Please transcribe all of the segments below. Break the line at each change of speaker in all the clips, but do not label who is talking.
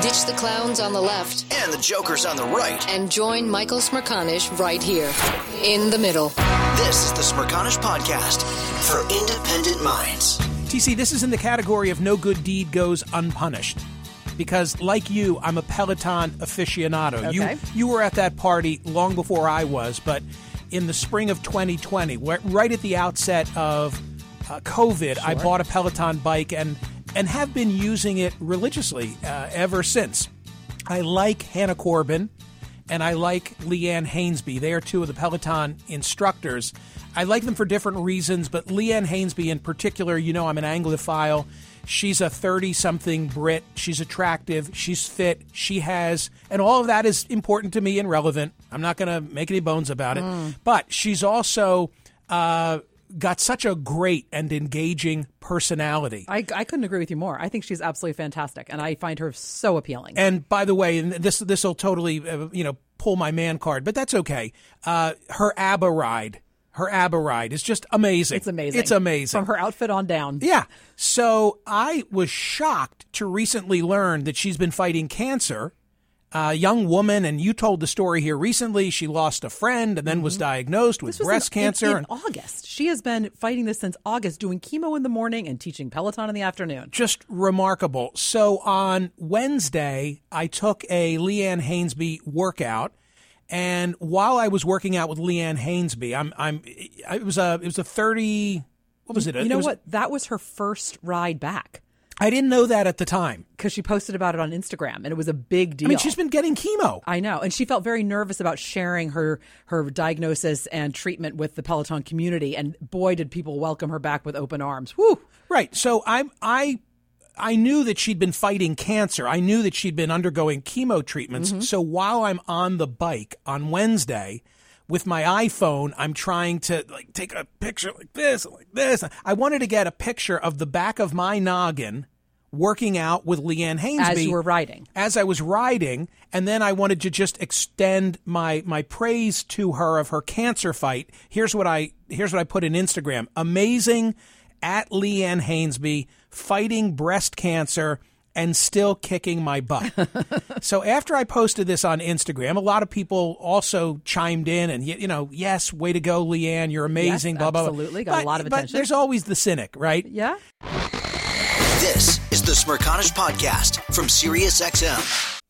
Ditch the clowns on the left
and the jokers on the right
and join Michael Smirkanish right here in the middle.
This is the Smirkanish Podcast for independent minds.
TC, this is in the category of no good deed goes unpunished. Because, like you, I'm a Peloton aficionado.
Okay.
You you were at that party long before I was, but in the spring of 2020, wh- right at the outset of uh, COVID, I bought a Peloton bike and and have been using it religiously uh, ever since. I like Hannah Corbin and I like Leanne Hainsby. They are two of the Peloton instructors. I like them for different reasons, but Leanne Hainsby in particular, you know, I'm an Anglophile. She's a 30 something Brit. She's attractive. She's fit. She has, and all of that is important to me and relevant. I'm not going to make any bones about it. But she's also uh, got such a great and engaging personality.
I, I couldn't agree with you more. I think she's absolutely fantastic, and I find her so appealing.
And by the way, and this this will totally uh, you know pull my man card, but that's okay. Uh, her ABBA ride, her ABBA ride is just amazing.
it's amazing.
It's amazing.
From her outfit on down.
Yeah. So I was shocked to recently learn that she's been fighting cancer. A young woman, and you told the story here recently. She lost a friend and then was diagnosed with
Mm-hmm. This was
breast
in- in-
cancer.
in,
and
August. She has been fighting this since August, doing chemo in the morning and teaching Peloton in the afternoon.
just remarkable. So on Wednesday, I took a Leanne Hainsby workout, and while I was working out with Leanne Hainsby, I'm I'm it was a it was a thirty. What was it?
You
It
know
was-
what? That was her first ride back
I didn't know that at the time.
because she posted about it on Instagram, and it was a big
I
deal.
mean, she's been getting chemo.
I know, and she felt very nervous about sharing her her diagnosis and treatment with the Peloton community. And boy, did people welcome her back with open arms. Woo!
Right. So I'm I I knew that she'd been fighting cancer. I knew that she'd been undergoing chemo treatments.
Mm-hmm.
So while I'm on the bike on Wednesday with my iPhone, I'm trying to like take a picture like this, like this. I wanted to get a picture of the back of my noggin working out with Leanne Hainsby
As you were riding,
as I was riding, and then I wanted to just extend my my praise to her of her cancer fight. Here's what I here's what I put in Instagram: amazing at Leanne Hainsby fighting breast cancer and still kicking my butt. so after I posted this on Instagram, a lot of people also chimed in and y- you know, yes, way to go, Leanne, you're amazing. blah blah. blah.
absolutely. Got a
But-
lot of
But
attention.
there's always the cynic, right?
yeah.
This is the Smirkanish Podcast from SiriusXM.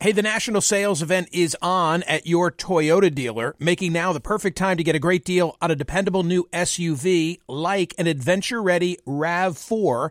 Hey, the national sales event is on at your Toyota dealer, making now the perfect time to get a great deal on a dependable new SUV like an adventure ready RAV4.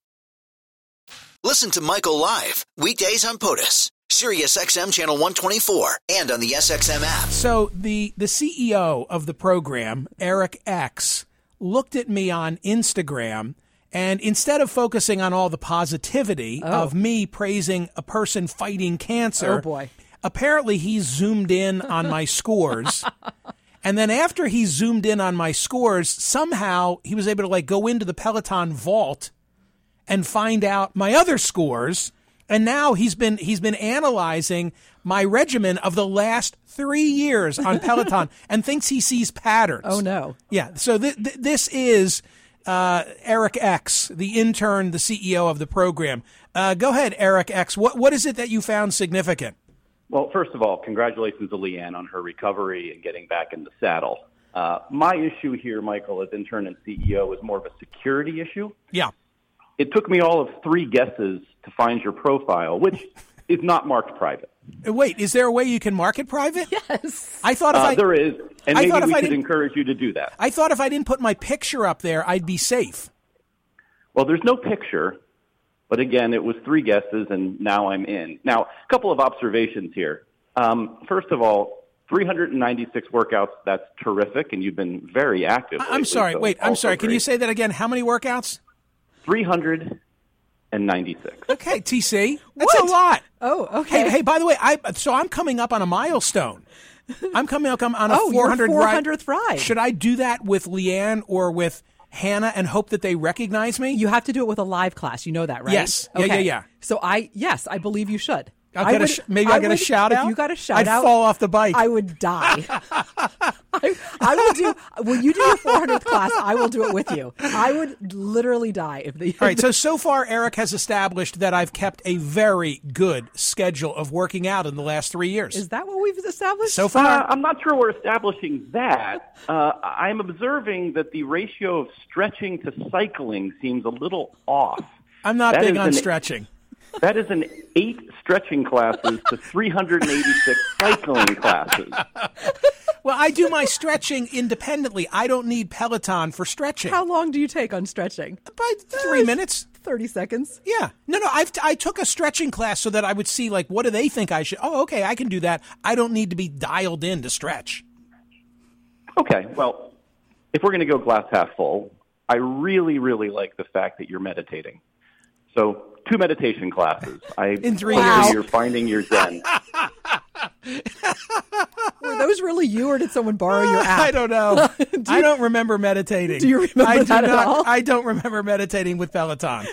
Listen to Michael live weekdays on POTUS, Sirius XM channel 124, and on the SXM app.
So the the CEO of the program, Eric X, looked at me on Instagram and instead of focusing on all the positivity of me praising a person fighting cancer,
Oh, boy.
Apparently he zoomed in on my scores. And then after he zoomed in on my scores, somehow he was able to like go into the Peloton vault and find out my other scores. And now he's been he's been analyzing my regimen of the last three years on Peloton and thinks he sees patterns.
Oh, no.
Yeah. So th- th- this is uh, Eric X, the intern, the CEO of the program. Uh, go ahead, Eric X. What what is it that you found significant?
Well, first of all, congratulations to Leanne on her recovery and getting back in the saddle. Uh, my issue here, Michael, as intern and CEO, is more of a security issue.
Yeah.
It took me all of three guesses to find your profile, which is not marked private.
Uh, Wait, is there a way you can market private? Yes. I thought if
Uh,
I
there is, and
I
maybe
thought if
we
I
should
didn't-
encourage you to do that.
I thought if I didn't put my picture up there, I'd be safe.
Well, there's no picture, but again, it was three guesses, and now I'm in. Now, a couple of observations here. Um, first of all, 396 workouts, that's terrific, and you've been very active.
I- I'm
lately,
sorry.
so
Wait, I'm
also
sorry. Can you
great.
say that again? How many workouts?
396.
Okay, TC. That's a lot.
Oh, okay.
Hey, hey, by the way, I so I'm coming up on a milestone. I'm coming up on a
Oh, your
400
400th ride.
Should I do that with Leanne or with Hannah and hope that they recognize me?
You have to do it with a live class. You know that, right?
Yes. Yeah, yeah, yeah.
So I, yes, I believe you should.
I'll
I
get a
would-
sh- maybe I'll get a
would-
shout
if
out?
You got a
I'd
shout out.
fall off the bike.
I would die. I, I will do. When you do your 400th class, I will do it with you. I would literally die if the.
All right, so so far Eric has established that I've kept a very good schedule of working out in the last 3 years.
is that what we've established?
so
Uh,
far,
I'm not sure we're establishing that. Uh, I'm observing that the ratio of stretching to cycling seems a little off.
I'm not
That
big
is
on
an-
stretching.
That is an eight stretching classes to 386 cycling classes.
Well, I do my stretching independently. I don't need Peloton for stretching.
How long do you take on stretching?
By 3 minutes.
30 seconds.
Yeah. No, no. I've t- I took a stretching class so that I would see like what do they think I should. Oh, okay, I can do that. I don't need to be dialed in to stretch.
Okay, well, if we're going to go glass half full, I really, really like the fact that you're meditating. So, two meditation classes. I
In three
hope that
years.
You're finding your zen.
Were those really you, or did someone borrow your app?
I don't know. I don't remember meditating.
Do you remember
I do
that at
not,
all?
I don't remember meditating with Peloton.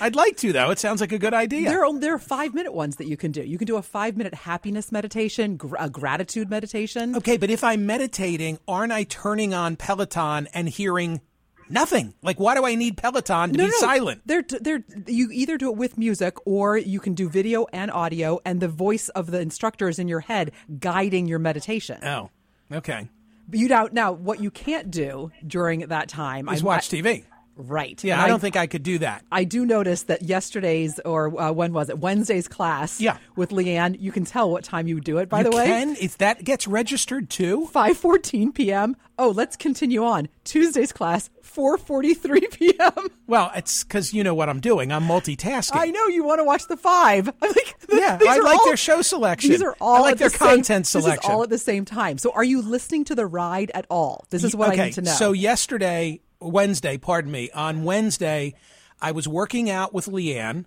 I'd like to though. It sounds like a good idea.
There are only, there are five minute ones that you can do. You can do a five minute happiness meditation, gr- a gratitude meditation.
okay, but if I'm meditating, aren't I turning on Peloton and hearing nothing? Like, why do I need Peloton to be silent?
They're they're you either do it with music or you can do video and audio, and the voice of the instructor is in your head guiding your meditation.
Oh, okay.
But you don't now what you can't do during that time
Is
I-
watch
I-
TV.
Right.
Yeah,
And
I don't think I could do that.
I do notice that yesterday's or uh, when was it Wednesday's class?
Yeah.
with Leanne, you can tell what time you do it. By
you
the way,
can? If that gets registered too.
5:14 p.m. Oh, let's continue on. Tuesday's class 4:43 p.m.
Well, it's because you know what I'm doing. I'm multitasking.
I know you want to watch the 5. I'm like th-
Yeah,
these
I
are
like
all-
their show selection.
These are all
I like
at
their
the
content
same, This
selection.
is all at the same time. So are you listening to the ride at all? This is what
okay,
I need to know.
So yesterday, Wednesday, pardon me, on Wednesday, I was working out with Leanne.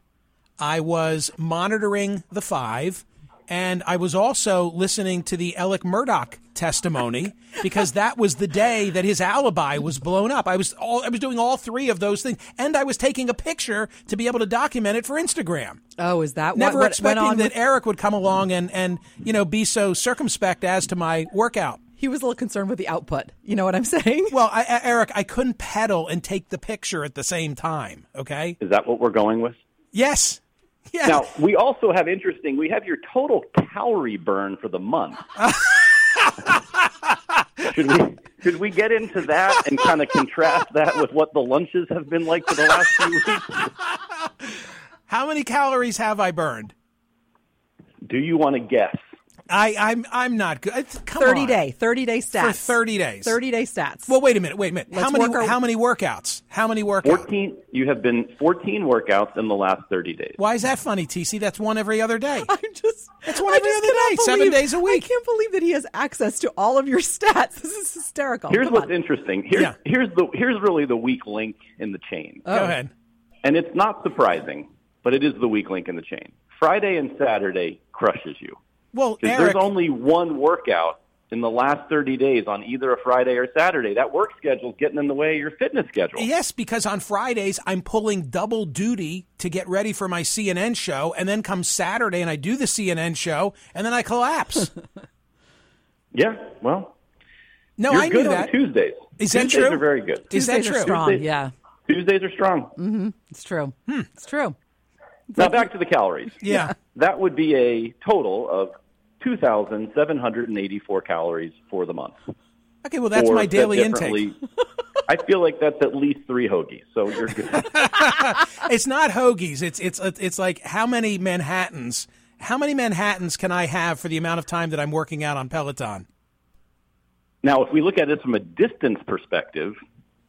I was monitoring the five, And I was also listening to the Alec Murdoch testimony because that was the day that his alibi was blown up. I was all I was doing all three of those things, and I was taking a picture to be able to document it for Instagram.
Oh, is that
Never
what, what went
expecting
on?
that
with-
Eric would come along and and you know be so circumspect as to my workout.
he was a little concerned with the output. You know what I'm saying?
Well, I, I- Eric, I couldn't pedal and take the picture at the same time. Okay.
Is that what we're going with?
Yes. Yes.
Now, we also have interesting, we have your total calorie burn for the month. should, we, should we get into that and kind of contrast that with what the lunches have been like for the last few weeks?
How many calories have I burned?
Do you want to guess?
I, I'm I'm not good. It's- Come
30
on.
day, 30 day stats.
for 30 days.
30 day stats.
Well, wait a minute. Wait a minute. how
Let's
many
work our-
how many workouts? How many workouts?
14, you have been 14 workouts in the last 30 days.
Why is that funny, TC? That's one every other day.
I'm just.
It's one
I
every
just
other
cannot
day, seven
believe-
days a week.
I can't believe that he has access to all of your stats. This is hysterical.
Here's
Come
what's
on.
interesting. Here's,
Yeah. Oh.
here's, the, here's really the weak link in the chain.
Go ahead.
And it's not surprising, but it is the weak link in the chain. Friday and Saturday crushes you.
Well,
Because
Eric,
there's only one workout in the last 30 days on either a Friday or Saturday. That work schedule's getting in the way of your fitness schedule.
yes, because on Fridays I'm pulling double duty to get ready for my CNN show, and then comes Saturday and I do the CNN show, and then I collapse.
Yeah, well,
No,
you're
I
good
knew
on
that.
Tuesdays.
Is that
Tuesdays
true?
are very good.
Is that
Tuesdays are
true?
strong. Yeah, Mm-hmm.
Tuesdays are strong.
it's true.
Hmm.
It's true.
Now back to the calories.
Yeah.
That would be a total of 2,784 calories for the month.
Okay, well that's
Or
my
said
daily intake.
differently, I feel like that's at least three hoagies, so you're good.
It's not hoagies. It's it's it's like how many Manhattans? How many Manhattans can I have for the amount of time that I'm working out on Peloton?
Now, if we look at it from a distance perspective,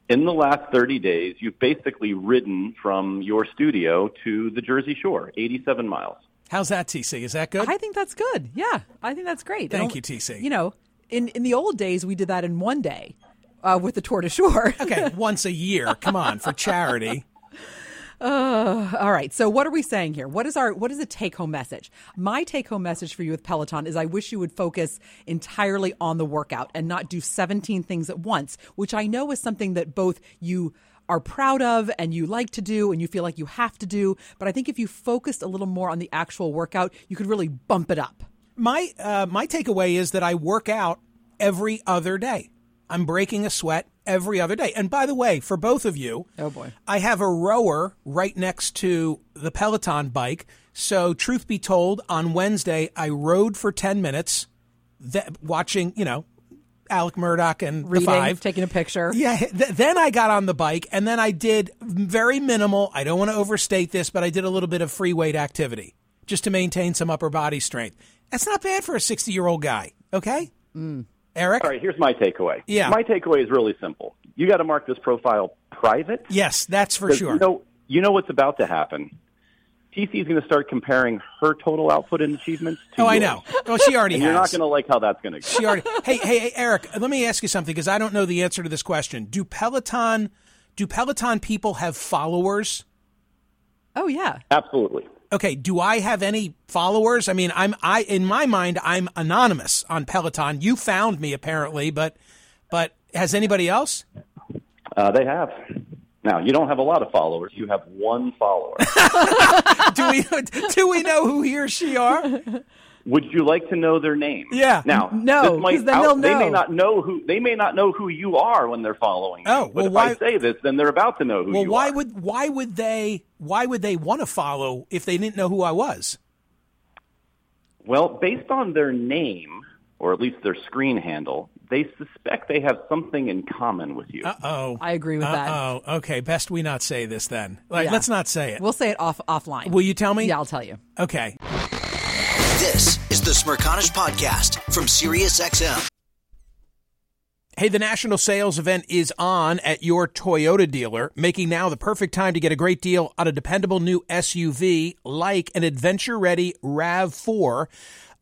in the last 30 days, you've basically ridden from your studio to the Jersey Shore, 87 miles.
How's that, TC? Is that good?
I think that's good. Yeah, I think that's great.
Thank
And
you, TC.
You know, in in the old days, we did that in one day uh, with the tour de shore.
okay, once a year. Come on, for charity.
All right. So what are we saying here? What is our what is the take home message? My take home message for you with Peloton is I wish you would focus entirely on the workout and not do 17 things at once, which I know is something that both you are proud of and you like to do and you feel like you have to do, but I think if you focused a little more on the actual workout, you could really bump it up.
My uh, my takeaway is that I work out every other day. I'm breaking a sweat every other day. And by the way, for both of you,
Oh, boy.
I have a rower right next to the Peloton bike. So, truth be told, on Wednesday I rode for ten minutes, th- watching you know Alec Murdoch and
Reading,
the Five,
taking a picture.
Yeah. Th- then I got on the bike, and then I did very minimal. I don't want to overstate this, but I did a little bit of free weight activity just to maintain some upper body strength. That's not bad for a sixty-year-old guy. Okay, Eric.
All right, here's my takeaway.
Yeah.
Mm. My takeaway is really simple. You got to mark this profile private.
Yes, that's for
'cause
sure.
You know, you know what's about to happen. TC is going to start comparing her total output and achievements to
oh, I
yours.
know. Well, she already
And
has.
you're not going to like how that's going to go.
She already. hey, hey, hey, Eric. Let me ask you something because I don't know the answer to this question. Do Peloton, do Peloton people have followers?
Oh yeah.
Absolutely.
Okay, do I have any followers? I mean, I'm I in my mind I'm anonymous on Peloton. You found me apparently, but but has anybody else?
Uh, they have. Now, you don't have a lot of followers. You have one follower.
Do we do we know who he or she are?
Would you like to know their name?
Yeah.
Now,
No,
this might
'cause then they'll
They may
know.
not know who they may not know who you are when they're following. you.
Oh,
but
well,
if
why-
I say this, then they're about to know who
Well,
you
why
are.
would why would they why would they want to follow if they didn't know who I was?
Well, based on their name or at least their screen handle, they suspect they have something in common with you.
Oh.
I agree with that.
Oh, okay. Best we not say this then. Like,
Yeah.
let's not say it.
We'll say it off offline.
Will you tell me?
Yeah, I'll tell you.
Okay.
This is the Smirconish Podcast from SiriusXM.
Hey, the national sales event is on at your Toyota dealer, making now the perfect time to get a great deal on a dependable new SUV like an adventure ready RAV4.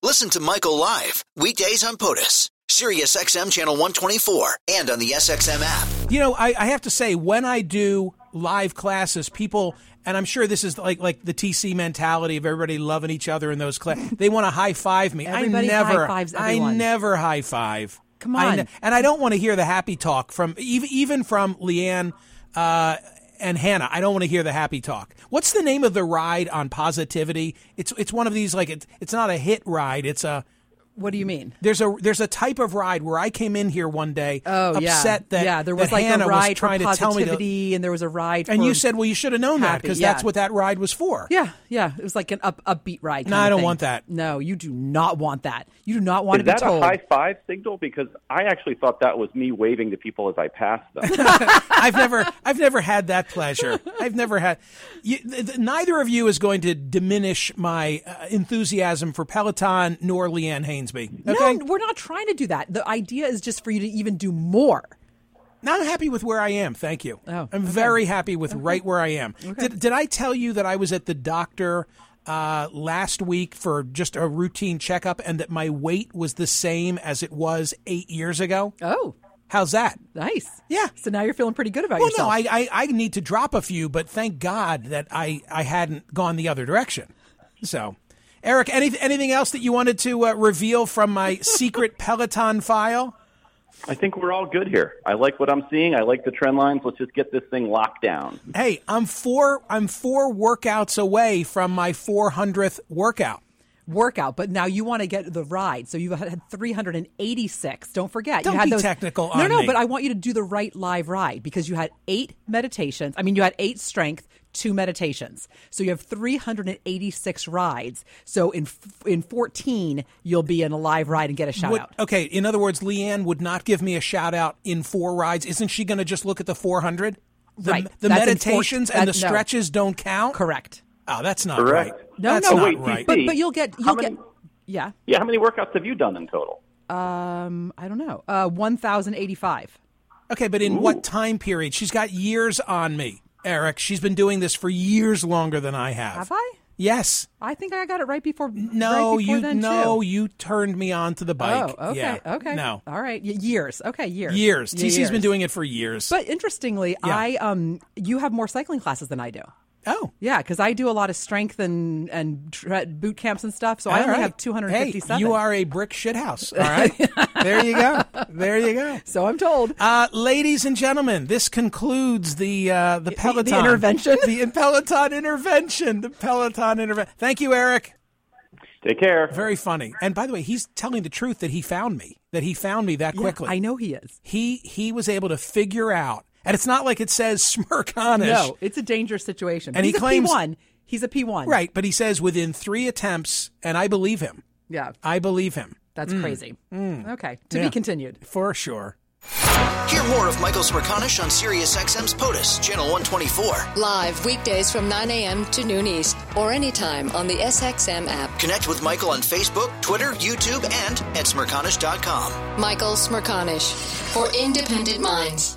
Listen to Michael live weekdays on POTUS, Sirius XM channel 124, and on the SXM app.
You know, I, I have to say, when I do live classes, people, and I'm sure this is like like the TC mentality of everybody loving each other in those classes. They want to high five me.
Everybody
I never,
high-fives
I
everyone.
never high five.
Come
I
on.
ne- and I don't want to hear the happy talk from even even from Leanne uh, and Hannah. I don't want to hear the happy talk. What's the name of the ride on positivity? It's it's one of these like it's it's not a hit ride. It's a
What do you mean?
there's a there's a type of ride where I came in here one day
Oh, yeah.
upset that
yeah, there was
that
like
Hannah
a ride
was trying
for
to tell me to
positivity, and there was a ride.
and
for-
you said, well, you should have known that
Happy,
because
yeah.
that's what that ride was for.
yeah, yeah, it was like an up upbeat ride.
No,
kind of
I don't
thing.
want that.
No, you do not want that. You do not want
Is
to
that
be told.
a high five signal? Because I actually thought that was me waving to people as I passed them.
I've never, I've never had that pleasure. I've never had. You, th- th- neither of you is going to diminish my uh, enthusiasm for Peloton nor Leanne Hainsby. Okay,
No, we're not trying to do that. The idea is just for you to even do more.
now I'm happy with where I am. Thank you.
Oh,
I'm
okay.
very happy with right where I am. Did, did I tell you that I was at the doctor? Uh, last week for just a routine checkup, and that my weight was the same as it was eight years ago.
Oh,
How's that?
nice.
Yeah.
So now you're feeling pretty good about
Well,
yourself.
no, I, I I need to drop a few, but thank God that I I hadn't gone the other direction. So, Eric, any, anything else that you wanted to uh, reveal from my secret Peloton file?
I think we're all good here. I like what I'm seeing. I like the trend lines. Let's just get this thing locked down.
Hey, I'm four I'm four workouts away from my 400th workout.
workout, but now you want to get the ride. So you had 386. Don't forget.
Don't
you had
be
those,
technical
No,
on
no,
me.
but I want you to do the right live ride because you had eight meditations. I mean, you had eight strength, two meditations. So you have 386 rides. So in f- in 14, you'll be in a live ride and get a shout
Would-
out.
okay, in other words, Leanne would not give me a shout out in four rides. Isn't she going to just look at the 400? The,
Right.
The
That's in four-
meditations and the
that- no.
stretches don't count.
Correct.
Oh, that's not
Correct. Oh,
right.
No,
that's
no,
not
wait,
right.
But but you'll get
How
you'll
many-
get yeah.
Yeah, how many workouts have you done in total?
Um, I don't know. Uh, 1085.
Okay, but in what time period? She's got years on me, Eric. She's been doing this for years longer than I have.
Have I?
Yes.
I think I got it right before.
No,
right before
you
then,
no,
too.
you turned me on to the bike.
Oh, okay,
Yeah.
okay.
No.
all right, Y- years. Okay, years.
Years.
Yeah,
TC's
years.
been doing it for years.
But interestingly, I um, you have more cycling classes than I do.
oh.
Yeah, because I do a lot of strength and and tre- boot camps and stuff. So I
all
only
right.
have two hundred fifty-seven.
Hey, you are a brick shithouse. All right. there you go. There you go.
So I'm told.
Uh, ladies and gentlemen, this concludes the uh, the Peloton
intervention?
The Peloton intervention. The Peloton intervention. Thank you, Eric.
Take care.
Very funny. And by the way, he's telling the truth that he found me. That he found me that
Yeah,
quickly.
I know he is.
He he was able to figure out, and it's not like it says Smirconish.
No, it's a dangerous situation. But
And he
he's
claims-
a P one. He's a P one.
Right, but he says within three attempts, and I believe him.
Yeah,
I believe him Mm.
that's crazy. Okay, to be continued.
for sure.
Hear more of Michael Smirkanish on SiriusXM's POTUS, Channel 124.
Live weekdays from 9 a.m. to noon East or anytime on the SXM app.
Connect with Michael on Facebook, Twitter, YouTube, and at Smirconish.com.
Michael Smirkanish for independent minds.